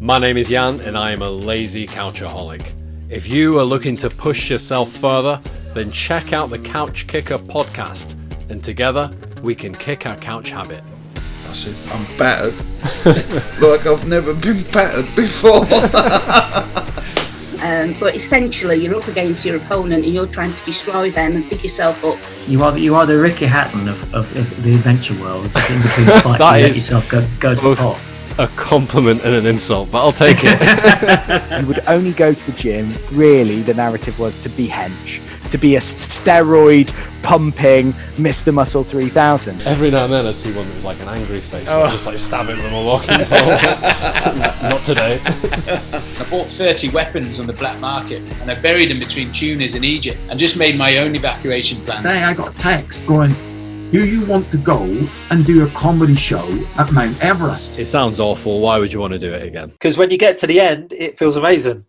My name is Jan, and I am a lazy couchaholic. If you are looking to push yourself further, then check out the Couch Kicker podcast, and together we can kick our couch habit. I said, I'm battered. like I've never been battered before. Um, but essentially, you're up against your opponent and you're trying to destroy them and pick yourself up. You are the, you are the Ricky Hatton of, of, of the adventure world. Just in between the fight, That you let is yourself go, go to the both- pot. A compliment and an insult, but I'll take it. you would only go to the gym really the narrative was to be hench to be a steroid pumping mr muscle 3000 Every now and then I'd see one that was like an angry face, so I'd just like stab it with my walking pole. Not today. I bought 30 weapons on the black market and I buried them between Tunis and Egypt and just made my own evacuation plan. day I got a text going, Do you want to go and do a comedy show at Mount Everest? It sounds awful. Why would you want to do it again? Because when you get to the end, it feels amazing.